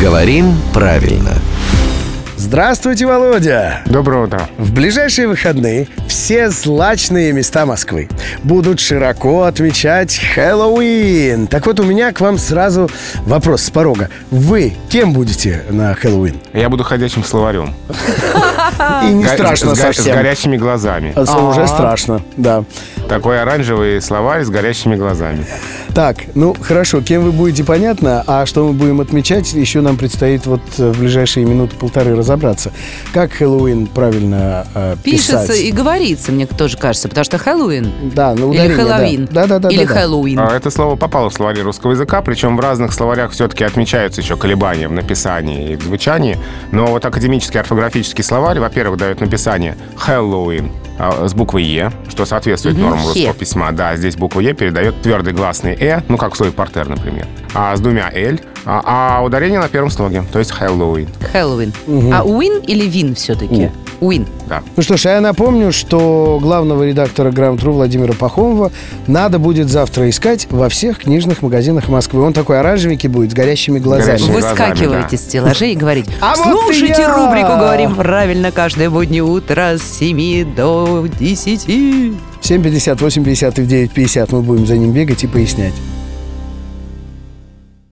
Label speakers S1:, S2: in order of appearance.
S1: Говорим правильно.
S2: Здравствуйте, Володя!
S3: Доброе утро.
S2: В ближайшие выходные все злачные места Москвы будут широко отмечать Хэллоуин. Так вот, у меня к вам сразу вопрос с порога. Вы кем будете на Хэллоуин?
S3: Я буду ходячим словарем.
S2: И не
S3: Го-
S2: страшно
S3: с, го- С
S2: совсем. А.
S3: горящими глазами.
S2: Это уже страшно, да.
S3: Такой оранжевый словарь с горящими глазами.
S2: Так, ну хорошо, кем вы будете, понятно, а что мы будем отмечать, еще нам предстоит вот э, в ближайшие минуты-полторы разобраться. Как Хэллоуин правильно э,
S4: Пишется
S2: писать?
S4: и говорится, мне тоже кажется, потому что Хэллоуин.
S2: Да, на
S4: Или
S2: ударение, да.
S4: Хэллоуин.
S2: Да-да-да.
S4: Или
S2: да-да.
S4: Хэллоуин.
S3: А, Это слово попало в словари русского языка, причем в разных словарях все-таки отмечаются еще колебания в написании и в звучании. Но вот академический орфографический словарь, во-первых, дает написание Хэллоуин а, с буквы Е, что соответствует
S4: Мгм,
S3: нормам русского
S4: «Е».
S3: письма. Да, здесь буква Е передает твердый гласный Э, ну как в слове портер, например. А с двумя Л, а, а ударение на первом слоге, то есть Хэллоуин.
S4: Хэллоуин. А Уин или Вин все-таки? Уин.
S3: Да.
S2: Ну что ж, а я напомню, что главного редактора Грамм-Тру Владимира Пахомова надо будет завтра искать во всех книжных магазинах Москвы. Он такой оранжевенький будет, с горящими глазами.
S3: Горящими.
S2: Вот.
S4: Выскакиваете
S3: да.
S4: из стеллажей и говорите,
S2: А вот и
S4: слушайте
S2: я!»
S4: рубрику «Говорим правильно» каждое буднее утро с 7 до 10.
S2: 7.50, 8.50 и в 9.50 мы будем за ним бегать и пояснять.